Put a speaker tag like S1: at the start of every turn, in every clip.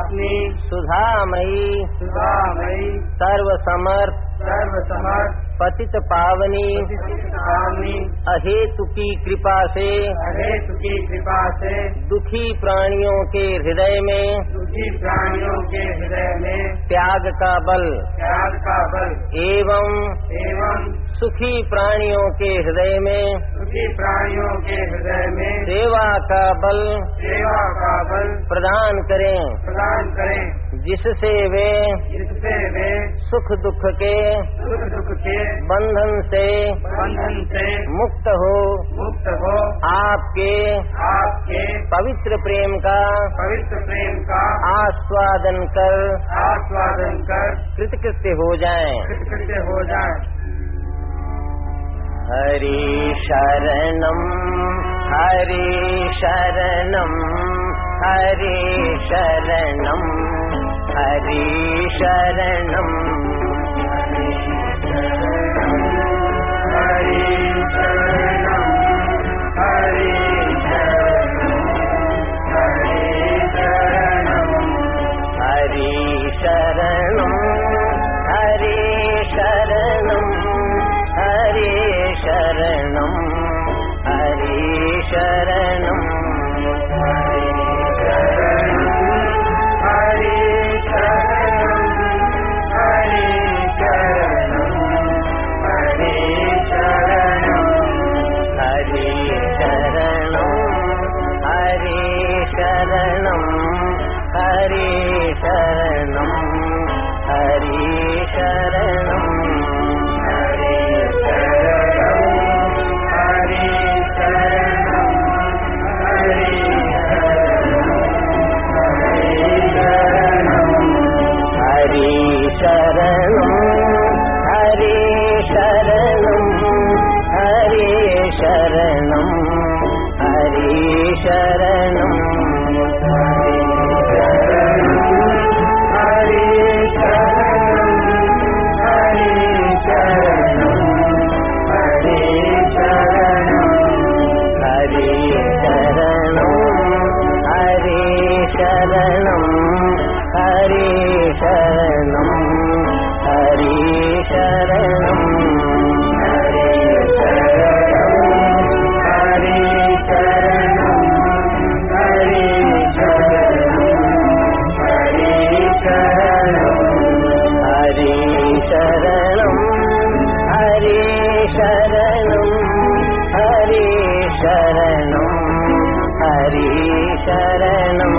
S1: अपनी
S2: सुधामयी
S1: सुधामयी
S2: सर्वसमर्थ
S1: सर्वसमर्थ
S2: पतित पावनी
S1: कामनी
S2: अहेतु की कृपा से
S1: अहेतु की कृपा से
S2: दुखी प्राणियों के हृदय में
S1: दुखी प्राणियों के हृदय में
S2: त्याग का बल
S1: त्याग का बल
S2: एवं
S1: एवं
S2: सुखी प्राणियों के हृदय में
S1: दुखी प्राणियों के हृदय में
S2: सेवा का बल
S1: सेवा का बल
S2: प्रदान करें
S1: प्रदान करें
S2: जिससे वे
S1: जिससे वे
S2: सुख दुख के
S1: सुख दुख के
S2: बंधन से
S1: बंधन से
S2: मुक्त हो
S1: मुक्त हो
S2: आपके
S1: आपके
S2: पवित्र प्रेम का
S1: पवित्र प्रेम का
S2: आस्वादन कर
S1: आस्वादन कर
S2: कृतकृत्य हो जाएं
S1: कृत्य हो जाए
S2: हरि शरणं हरि शरणं हरि शरणं हरि शरणं
S1: हरि शरणं हरि शरणं हरि शरणं
S2: हरि शरणं हरि शरणं हरि शरणं हरि शरणं
S1: हरि शरणं हरि शरणं हरि शरणं
S2: हरि शरणं हरि शरणं हरि शरणं हरि शरणं हरि शरणं
S1: हरि शरणं हरि
S2: हरि शरणं हरि शरणं हरि शरणं हरि शरणं
S1: हरि शरणं हरि शरणं हरि शरणं
S2: हरि शरणं हरि शरणं हरि शरणं हरि शरणं
S1: हरि शरणं हरि शरणं हरि शरणं
S2: हरि शरणं हरि शरणं हरि शरणं हरि शरणं हरि
S1: हरि शरणं हरि शरणं हरि शरणं
S2: हरि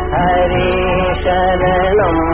S2: शरणं हरि शरणं